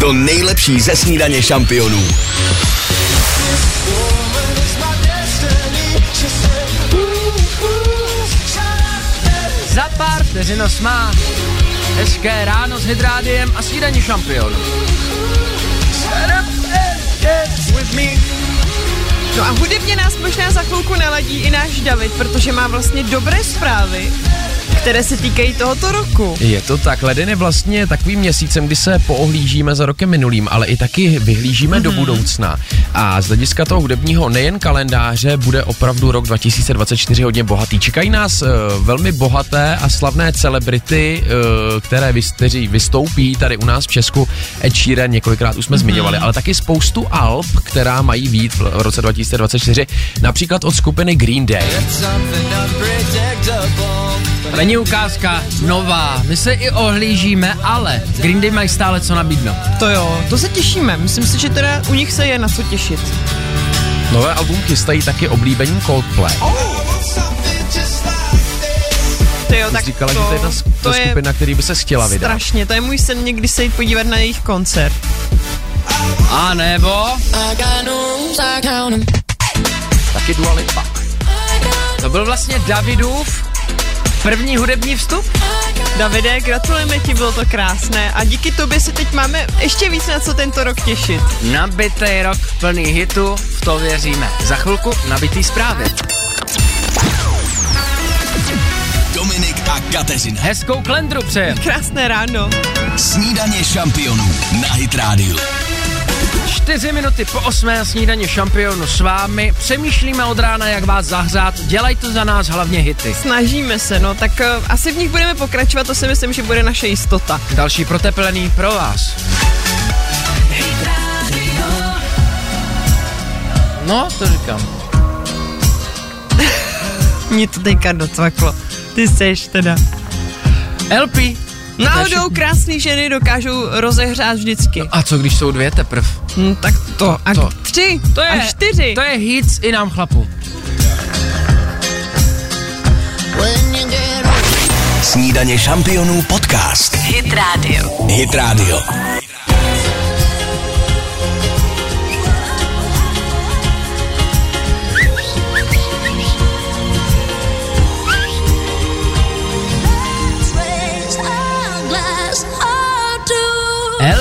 To nejlepší ze snídaně šampionů.
Za pár vteřin má hezké ráno s hydrádiem a snídaní šampionů.
No a hudebně nás možná za chvilku trošku naladí i náš David, protože má vlastně dobré zprávy, které se týkají tohoto roku.
Je to tak, leden je vlastně takovým měsícem, kdy se poohlížíme za rokem minulým, ale i taky vyhlížíme mm-hmm. do budoucna. A z hlediska toho hudebního nejen kalendáře bude opravdu rok 2024 hodně bohatý. Čekají nás uh, velmi bohaté a slavné celebrity, uh, které vys- kteří vystoupí tady u nás v Česku. Ed Sheeran několikrát už jsme mm-hmm. zmiňovali, ale taky spoustu alb, která mají být v v roce 2024, například od skupiny Green Day.
To Není ukázka nová, my se i ohlížíme, ale Green Day mají stále co nabídnout.
To jo, to se těšíme. Myslím si, že teda u nich se je na co těšit.
Nové album chystají taky oblíbení Coldplay.
To jo, tak
Říkala,
to,
že to je ta, s- ta
to je
skupina, který by se chtěla vydat.
strašně, to je můj sen někdy se jít podívat na jejich koncert.
A nebo
Taky Dua Lipa.
to byl vlastně Davidův první hudební vstup.
Davide, gratulujeme ti, bylo to krásné a díky tobě se teď máme ještě víc na co tento rok těšit.
Nabitý rok plný hitu, v to věříme. Za chvilku nabitý zprávy.
Dominik a Kateřina.
Hezkou klendru přejem.
Krásné ráno.
Snídaně šampionů na Hit Radio.
4 minuty po 8. snídaně šampionu s vámi. Přemýšlíme od rána, jak vás zahřát. Dělaj to za nás hlavně hity.
Snažíme se, no, tak eh, asi v nich budeme pokračovat, to si myslím, že bude naše jistota.
Další proteplený pro vás. No, to říkám.
Mě to teďka docvaklo. Ty seš teda.
LP.
Náhodou krásné ženy dokážou rozehřát vždycky.
A co když jsou dvě teprv?
Hm, tak to, a
to.
tři,
To je,
a čtyři.
To je hits i nám chlapu.
Snídaně šampionů podcast. Hit Radio. Hit Radio.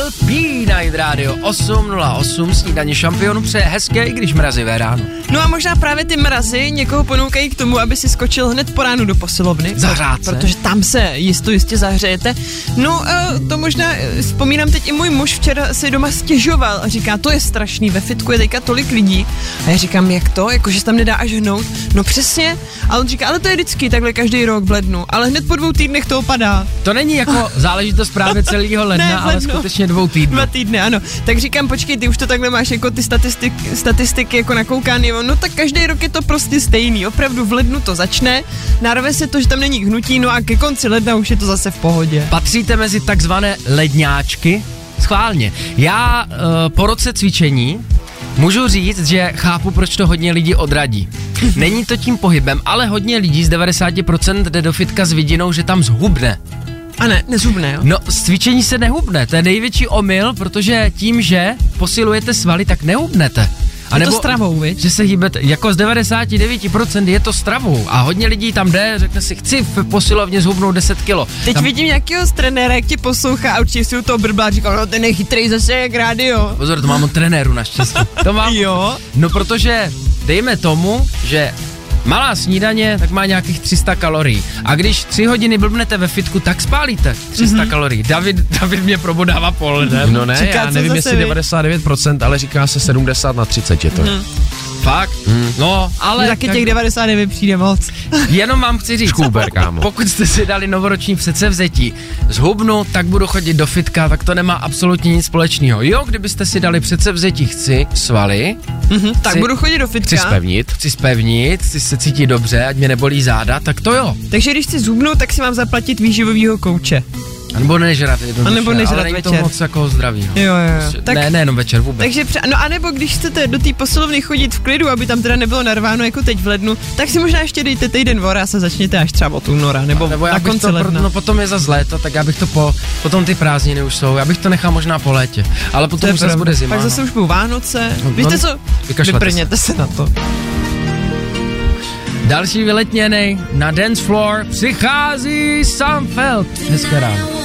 LP Night Radio 808 snídaně šampionu přeje hezké, i když mrazivé ráno.
No a možná právě ty mrazy někoho ponoukají k tomu, aby si skočil hned po ránu do posilovny.
Zahřát se.
Protože tam se jisto jistě zahřejete. No, eh, to možná eh, vzpomínám teď i můj muž včera si doma stěžoval a říká, to je strašný, ve fitku je teďka tolik lidí. A já říkám, jak to, jakože se tam nedá až hnout. No přesně. A on říká, ale to je vždycky takhle každý rok v lednu, ale hned po dvou týdnech to opadá.
To není jako záležitost právě celého ledna,
Ne, v
ale
lednu.
skutečně dvou týdnů.
Dva týdny, ano. Tak říkám, počkej, ty už to takhle máš jako ty statistik, statistiky jako nakoukány, no tak každý rok je to prostě stejný. Opravdu v lednu to začne, narve se to, že tam není hnutí, no a ke konci ledna už je to zase v pohodě.
Patříte mezi takzvané ledňáčky? Schválně. Já uh, po roce cvičení můžu říct, že chápu, proč to hodně lidí odradí.
<laughs>
Není to tím pohybem, ale hodně lidí z 90% jde do fitka s vidinou, že tam zhubne.
A ne, nezubné, jo?
No, z cvičení se nehubne, to je největší omyl, protože tím, že posilujete svaly, tak nehubnete. A
Je to stravou, viď?
Že se hýbete, jako z 99% je to stravou a hodně lidí tam jde, řekne si, chci v posilovně zhubnout 10 kilo.
Teď
tam,
vidím nějakého z trenéra, jak tě poslouchá a určitě si u toho brblá a říkal, no ten je chytrý zase jak rádio.
Pozor, to mám od trenéru naštěstí. To mám,
Jo.
no protože dejme tomu, že malá snídaně tak má nějakých 300 kalorií a když 3 hodiny blbnete ve fitku, tak spálíte 300 mm-hmm. kalorií. David, David mě probodává poledem.
No ne,
Říká,
já
co
nevím,
zase vy?
jestli 99%, ale říká se 70 na 30 je to.
Mhm.
Mm.
Fakt? Mm. No, ale...
Ale taky
tak-
těch 99 přijde moc.
Jenom vám chci říct,
Škůber, kámo.
pokud jste si dali novoroční předsevzetí, zhubnu, tak budu chodit do fitka, tak to nemá absolutně nic společného. Jo, kdybyste si dali předsevzetí, chci svaly,
Mhm, tak
Chci-
budu chodit do
Chci
fitka.
spevnit.
chci spevnit, chci se cítit dobře, ať mě nebolí záda, tak to jo.
Takže když chci zubnout, tak si mám zaplatit výživovýho kouče.
A nebo nežrat jednoduše,
A nebo
ale
nežrat
není to
večer.
moc jako zdravý. No.
Jo, jo, jo.
Tak, ne, nejenom večer vůbec.
Takže pře- no a nebo když chcete do té posilovny chodit v klidu, aby tam teda nebylo narváno jako teď v lednu, tak si možná ještě dejte týden voraz a začněte až třeba od února nebo,
nebo já
na
bych
konci
to, pro,
ledna.
no potom je za léto, tak já bych to po, potom ty prázdniny už jsou, já bych to nechal možná po létě, ale
To
potom
je
už zase
pravda.
bude zima.
Pak
no.
zase už budou Vánoce.
No,
Víte
no,
co?
vykašlete
Vyprněte se. na to.
Další vyletněný na dance floor přichází Sam Feld. Hezké ráno.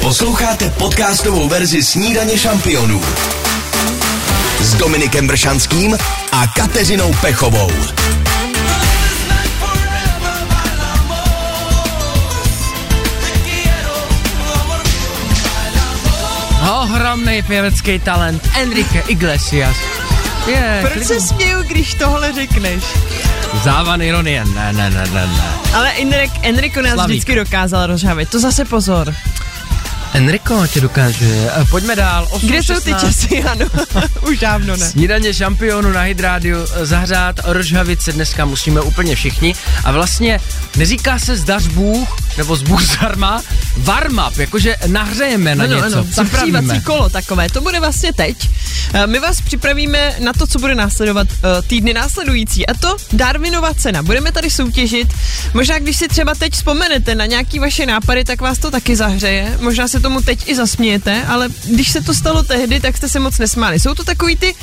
Posloucháte podcastovou verzi Snídaně šampionů. s Dominikem Bršanským a Kateřinou Pechovou.
Ohromný pěvecký talent Enrique Iglesias. Je,
Proč se směju, když tohle řekneš?
Závan ironie, ne, ne, ne, ne, ne.
Ale Enrik, Enrico nás
Slavík.
vždycky dokázal rozhavit, to zase pozor.
Enrico tě dokáže. Eh, Pojďme dál. 8,
Kde jsou ty časy, ano? <laughs> Už dávno ne.
Snídaně šampionu na Hydrádiu eh, zahřát rožhavice dneska musíme úplně všichni. A vlastně neříká se zdař Bůh, nebo zbůh zdarma, warm up, jakože nahřejeme na něco,
Zahřívací
připravíme.
kolo takové, to bude vlastně teď. E, My vás připravíme na to, co bude následovat e, týdny následující a to Darwinova cena. Budeme tady soutěžit, možná když si třeba teď vzpomenete na nějaký vaše nápady, tak vás to taky zahřeje, možná se tomu teď i zasmějete, ale když se to stalo tehdy, tak jste se moc nesmáli. Jsou to takový ty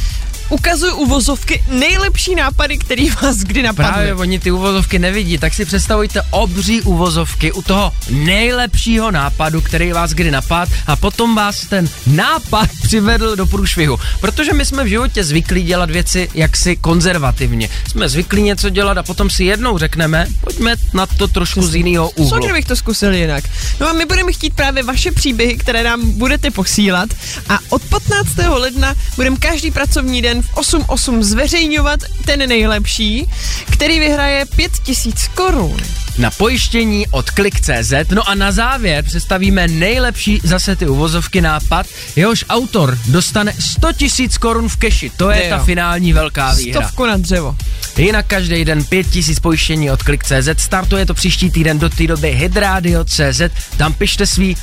ukazuju uvozovky nejlepší nápady, který vás kdy napadly.
Právě oni ty uvozovky nevidí, tak si představujte obří uvozovky u toho nejlepšího nápadu, který vás kdy napad a potom vás ten nápad <laughs> přivedl do průšvihu. Protože my jsme v životě zvyklí dělat věci jaksi konzervativně. Jsme zvyklí něco dělat a potom si jednou řekneme, pojďme na to trošku z jiného
Co
úhlu.
kdybych to zkusil jinak? No a my budeme chtít právě vaše příběhy, které nám budete posílat a od 15. ledna budeme každý pracovní den v 8.8 zveřejňovat ten nejlepší, který vyhraje 5000 korun.
na pojištění od klik.cz. No a na závěr představíme nejlepší zase ty uvozovky nápad. Jehož autor dostane 100 tisíc korun v keši. To je
Jo.
ta finální velká výhra.
Stovku na dřevo.
Jinak každý den 5 tisíc pojištění od klik.cz. Startuje to příští týden do té doby hydradio.cz. Tam pište svý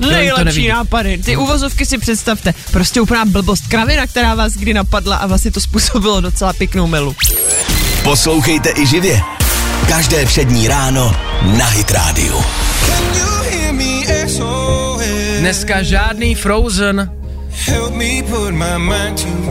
Nejlepší
No, nevidí. Hm.
nápady. Ty uvozovky si představte. Prostě úplná blbost kravina, která vás kdy napadla a vlastně to způsobilo docela pěknou melu.
Poslouchejte i živě. Každé přední ráno na Hit Radio.
Dneska žádný Frozen,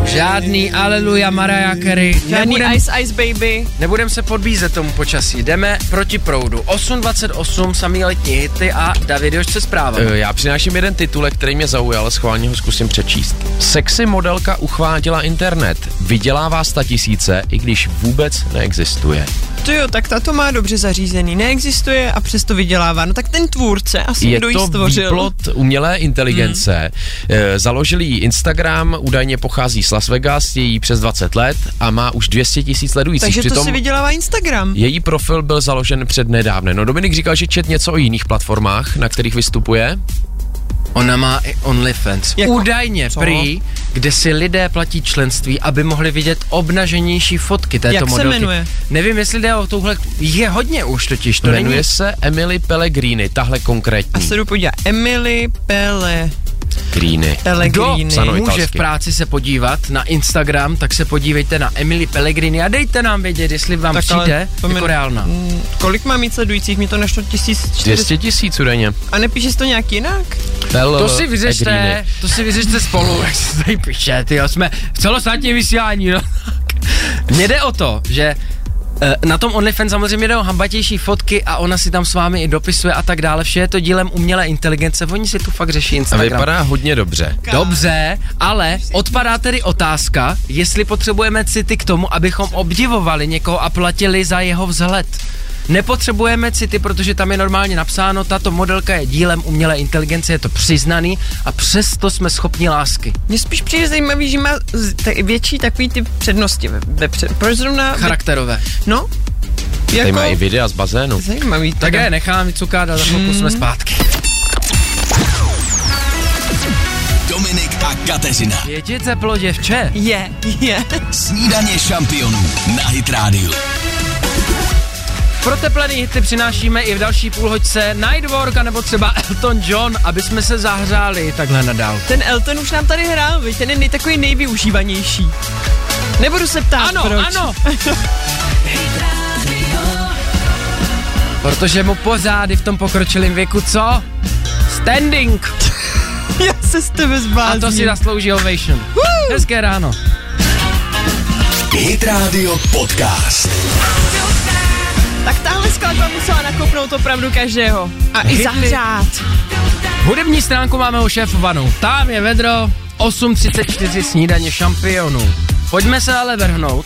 žádný Aleluja Mariah Carey.
Žádný
Nebudem-
Ice Ice Baby.
Nebudem se podbízet tomu počasí, jdeme proti proudu. 8.28, samý letní hity a David Jož se zpráva.
Eh, Já přináším jeden titulek, který mě zaujal, schválně ho zkusím přečíst. Sexy modelka uchvátila internet, vydělává sta tisíce, i když vůbec neexistuje.
To jo, tak ta to má dobře zařízený. Neexistuje a přesto vydělává. No tak ten tvůrce, asi
Je
kdo ji
to
stvořil.
výplot umělé inteligence. Hmm. Založil jí Instagram, údajně pochází z Las Vegas, je jí přes 20 let a má už 200 tisíc sledujících.
Takže to
Přitom
si vydělává Instagram.
Její profil byl založen před nedávne. No Dominik říkal, že čet něco o jiných platformách, na kterých vystupuje.
Ona má i OnlyFans.
Jako?
Údajně
Co?
prý, kde si lidé platí členství, aby mohli vidět obnaženější fotky této
Jak se
modelky.
jmenuje?
Nevím, jestli jde o touhle, jich je hodně už totiž, to
Jmenuje
není...
se Emily Pellegrini, tahle
A
konkrétní.
se jdu podívat. Emily Pele,
Pellegrini.
Kdo
Pellegrini.
psano-
může v
italsky.
práci se podívat na Instagram, tak se podívejte na Emily Pellegrini a dejte nám vědět, jestli vám
Tak ale
přijde
to mi-
jako reálná.
Mm, Kolik má mít sledujících? Mě to našlo 1400.
200 tisíc údajně.
A nepíšeš to nějak jinak?
Pel-
To si vyřešte,
Pellegrini.
to si vyřešte spolu, jak se tady píše, tyjo, jsme v celostátním vysílání, no. Mně jde o to, že eh, na tom OnlyFans samozřejmě jde o hambatější fotky a ona si tam s vámi i dopisuje a tak dále. Vše je to dílem umělé inteligence, oni si tu fakt řeší
A
Instagram.
vypadá hodně dobře.
Dobře, ale odpadá tedy otázka, jestli potřebujeme city k tomu, abychom obdivovali někoho a platili za jeho vzhled. Nepotřebujeme city, protože tam je normálně napsáno, tato modelka je dílem umělé inteligence, je to přiznaný a přesto jsme schopni lásky.
Mně spíš přijde zajímavý, že má z- tak větší takový typ přednosti. Ve, ve před, proč zrovna... Ve,
Charakterové.
no?
Tady
Jako,
má i videa z bazénu.
zajímavý.
Tak
teda. Hmm.
je, nechám vycukat a za chvilku jsme zpátky.
Dominik a Kateřina.
Je ti teplo, děvče?
Je, je.
Snídaně šampionů na Hit Radio.
Proteplený hity přinášíme i v další půlhoďce Nightwork nebo třeba Elton John, aby jsme se zahřáli takhle na dálku.
Ten Elton už nám tady hrál, viď? ten je nej, takový nejvyužívanější. Nebudu se ptát,
Ano,
proč.
ano. <laughs> Protože mu pozády v tom pokročilém věku, co? Standing.
<laughs> Já se s tebe
A
zblázním.
to si zaslouží ovation. Hezké ráno.
Hit Radio Podcast.
Tak tahle skladba musela nakopnout opravdu každého. A i
Hity.
zahřát.
Hudební stránku máme u šéfovanou. Tam je vedro, 8.34 snídaně šampionů. Pojďme se ale vrhnout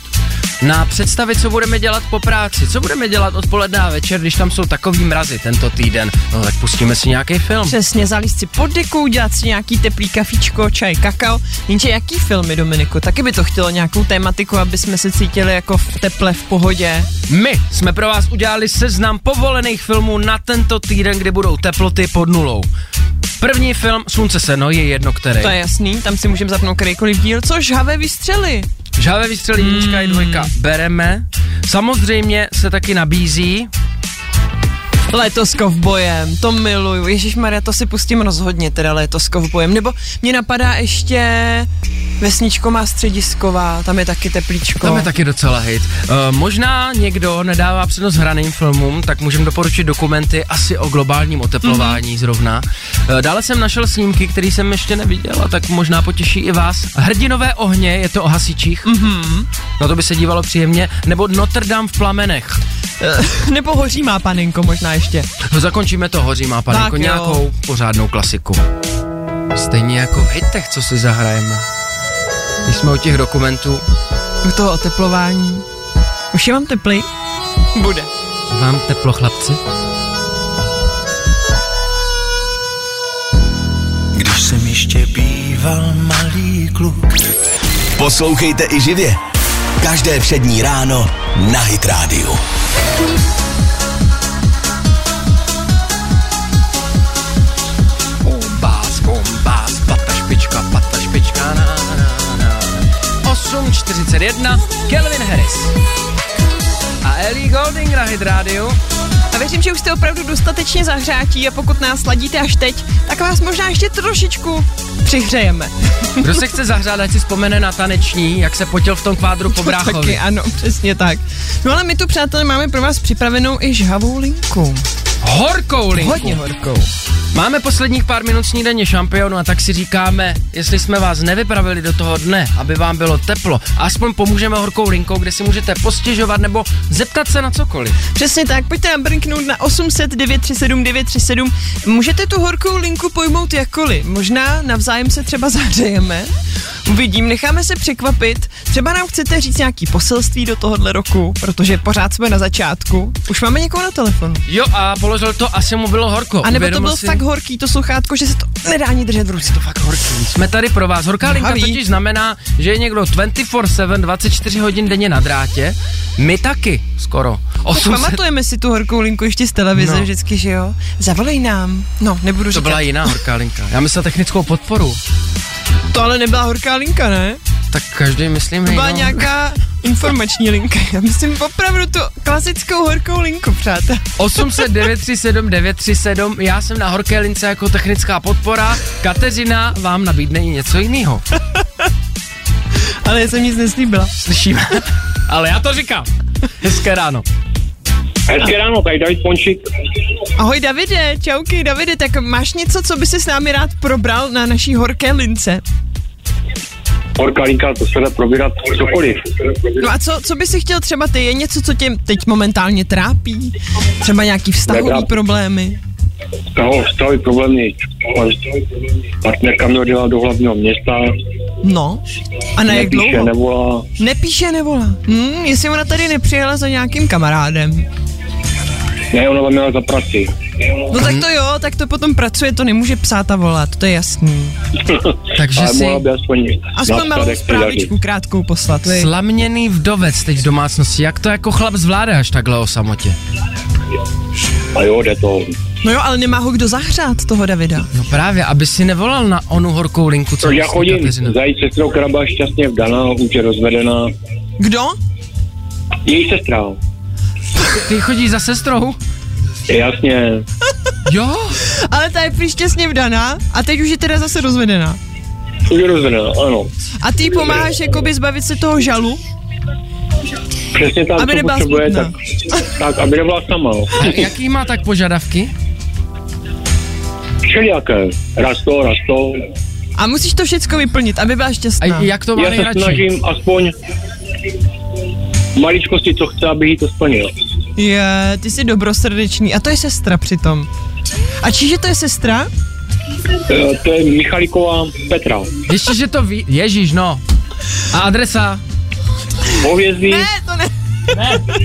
na představit, co budeme dělat po práci. Co budeme dělat odpoledne a večer, když tam jsou takový mrazy tento týden. No tak pustíme si nějaký film.
Přesně, zalíst si pod deku, udělat si nějaký teplý kafičko, čaj, kakao. Jenže jaký filmy, Dominiku? Taky by to chtělo nějakou tématiku, aby jsme se cítili jako v teple, v pohodě.
My jsme pro vás udělali seznam povolených filmů na tento týden, kdy budou teploty pod nulou. První film Slunce seno je jedno který.
To je jasný, tam si můžeme zapnout kterýkoliv díl, co žhavé výstřely.
Žhavé výstřely jednička i dvojka
Hmm.
bereme. Samozřejmě se taky nabízí
Léto s kovbojem, to miluju. Ježíš Maria, to si pustím rozhodně, teda léto s kovbojem. Nebo mě napadá ještě Vesničko má středisková, tam je taky teplíčko.
Tam je taky docela hit. Uh, možná někdo nedává přednost hraným filmům, tak můžeme doporučit dokumenty asi o globálním oteplování mm-hmm. zrovna. Uh, dále jsem našel snímky, které jsem ještě neviděl, a tak možná potěší i vás. Hrdinové ohně, je to o hasičích. Mm-hmm. No to by se dívalo příjemně. Nebo Notre Dame v plamenech.
Nebo hoří má panenko možná ještě.
No, zakončíme to hoří má panenko,
Tak jo.
nějakou pořádnou klasiku. Stejně jako v hitech, co si zahrajeme. Když jsme u těch dokumentů,
U toho oteplování. Už je mám teplý? Bude.
Vám teplo, chlapci?
Když jsem ještě býval malý kluk. Poslouchejte i živě. Každé přední ráno na Hit Radio.
Bombás, bombás, pata špička, pata špička, na, na, na. 8.41, Kelvin Harris. A Ellie Golding na Hit Radio.
A věřím, že už jste opravdu dostatečně zahřátí a pokud nás ladíte až teď, tak vás možná ještě trošičku <laughs> přihřejeme.
Kdo se chce zahřát, ať si vzpomene na taneční, jak se potil v tom kvádru po
To <laughs> Taky,
bráchovi.
ano, přesně tak. No ale my tu, přátelé, máme pro vás připravenou i žhavou linku.
Horkou linku.
Hodně horkou.
Máme posledních pár minut snídaně šampionu a tak si říkáme, jestli jsme vás nevypravili do toho dne, aby vám bylo teplo, aspoň pomůžeme horkou linkou, kde si můžete postěžovat nebo zeptat se na cokoliv.
Přesně tak, pojďte nám brnknout na 800 937 937. Můžete tu horkou linku pojmout jakkoliv. Možná navzájem se třeba zahřejeme. Uvidím, necháme se překvapit. Třeba nám chcete říct nějaký poselství do tohohle roku, protože pořád jsme na začátku. Už máme někoho na telefonu.
Jo a položil to, asi mu bylo horko.
A nebo to
Uvědomil
bylo
No, si-
fakt horký, to sluchátko, že se to nedá ani držet v ruce. To fakt horký.
Jsme tady pro vás. Horká linka
Žhavý.
totiž znamená, že je někdo 24-7, 24 hodin denně na drátě. My taky, skoro.
Tak
800...
pamatujeme si tu horkou linku ještě z televize
No.
no. vždycky, že jo? Zavolej nám. No, nebudu
To
říkat.
byla jiná horká linka. Já myslel technickou podporu.
To ale nebyla horká linka, ne?
Tak každý myslím
To byla
jinou.
nějaká informační linka. Já myslím opravdu tu klasickou horkou linku, přátel.
800 937 937, já jsem na horké lince jako technická podpora, Kateřina vám nabídne i něco jiného.
Ale já jsem nic neslíbila. <laughs>
Slyšíme? Ale já to říkám. Hezké ráno.
Hezké ráno, tady David Pončík.
Ahoj Davide, čauky Davide, tak máš něco, co by si s námi rád probral na naší horké lince?
Horka linka, to se dá probírat cokoliv.
No a co, co by si chtěl třeba ty? Je něco, co tě teď momentálně trápí? Třeba nějaký vztahový
Netrápí.
problémy?
No, vstavy problém nic. Partnerka mě odjela do hlavního města,
No. A na jak
nepíše,
dlouho?
nevolá.
Nepíše, nevolá. Hmm, jestli ona tady nepřijela za nějakým kamarádem.
Ne, ona tam měla za prací.
No tak to jo, tak to potom pracuje, to nemůže psát a volat, to je jasný.
Takže
Ale
si
mohla by aspoň
Aspoň malou
napsat, jak se daří.
zprávičku krátkou poslat, vy.
slaměný vdovec teď v domácnosti, jak to jako chlap zvládáš takhle o samotě?
A jo, jde to.
No jo, ale nemá ho kdo zahřát, toho Davida.
No právě, aby si nevolal na onu horkou linku, co
Tak No, já
myslí
chodím
Kateřina.
za její sestrou, která byla šťastně vdaná, už je rozvedená.
Kdo?
Její sestra.
Ty chodíš za sestrou?
Je jasně.
Jo,
Ale ta je prý šťastně vdaná a teď už je teda zase rozvedená.
Už je rozvedená, ano.
A ty jí pomáháš jakoby zbavit se toho žalu?
Přesně tak,
Aby
co
nebyla
potřebuje, tak,
smutná.
tak, aby nebyla sama. <laughs>
jaký má tak požadavky?
Všelijaké. Raz to, raz to.
A musíš to všecko vyplnit, aby byla
A
šťastná.
jak to má
Já se
nejradši?
snažím aspoň maličkosti, co chce, aby jí to splnil.
Je, ty jsi dobrosrdečný. A to je sestra přitom. A čiže to je sestra?
Eh, To je Michaliková Petra.
Ještě, že to ví, ježíš, no. A adresa?
Hovězdí,
Ne, to ne.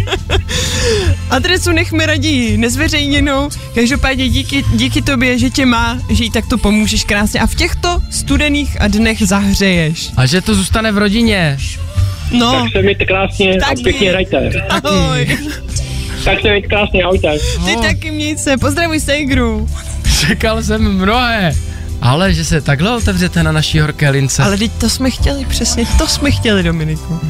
<laughs> Adresu nechme raději nezveřejněnou. Každopádně díky, díky tobě, že tě má, že jí takto pomůžeš krásně a v těchto studených a dnech zahřeješ.
A že to zůstane v rodině.
No,
se mi krásně
Tak
a pěkně
je.
hrajte.
ahoj.
Tak se mi krásně, ahojte.
Ty taky měj se, pozdravuj Sejgru.
Čekal jsem mnohé. Ale že se takhle otevřete na naší horké lince.
Ale teď to jsme chtěli, přesně to jsme chtěli, Dominiku.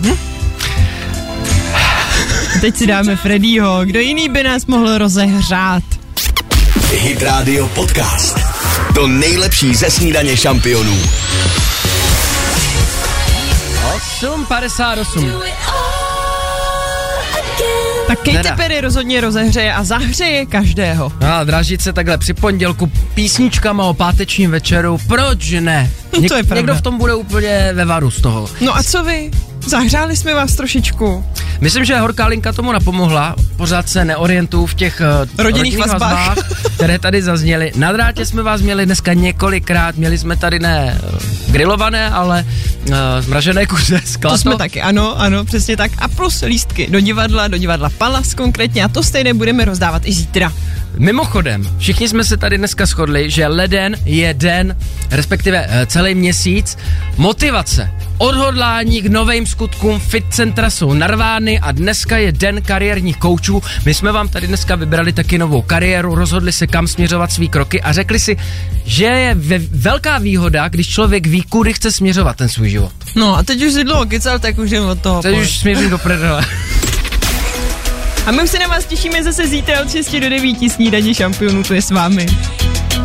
Teď si dáme Freddyho, kdo jiný by nás mohl rozehřát.
Hit Radio Podcast. To nejlepší ze snídaně šampionů.
8.58.
Tak Katy
Teda.
Perry rozhodně rozehřeje a zahřeje každého.
No A dražit se takhle při pondělku písničkama o pátečním večeru, proč ne?
<laughs> No to je pravda.
Někdo v tom bude úplně ve varu z toho.
No a co vy? Zahřáli jsme vás trošičku.
Myslím, že horká linka tomu napomohla, pořád se neorientuju v těch eh, rodinných,
vazbách. <laughs>
které tady zazněly. Na drátě jsme vás měli dneska několikrát, měli jsme tady ne eh, grilované, ale uh, zmražené kuře z
To
Klato.
jsme taky, ano, ano, přesně tak. A plus lístky do divadla, do divadla Palace konkrétně a to stejné budeme rozdávat i zítra.
Mimochodem, všichni jsme se tady dneska shodli, že leden je den, respektive eh, celý měsíc, motivace, odhodlání k novým skutkům, fit centra jsou narvány a dneska je den kariérních koučů. My jsme vám tady dneska vybrali taky novou kariéru, rozhodli se kam směřovat svý kroky a řekli si, že je ve- velká výhoda, když člověk ví, kudy chce směřovat ten svůj život.
No a teď už si dlouho kecal, tak už jdeme od toho.
Teď
pojď.
už směřím do prdele.
A my už se na vás těšíme zase zítra od 6 do 9 snídaní šampionů, to je s vámi.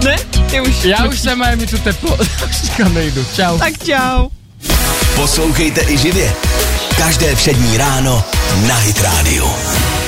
Ne? Ty už.
jsem a je mi tu teplo. <laughs> Už říkám, nejdu. Čau.
Tak čau.
Poslouchejte i živě. Každé přední ráno na Hit Radio.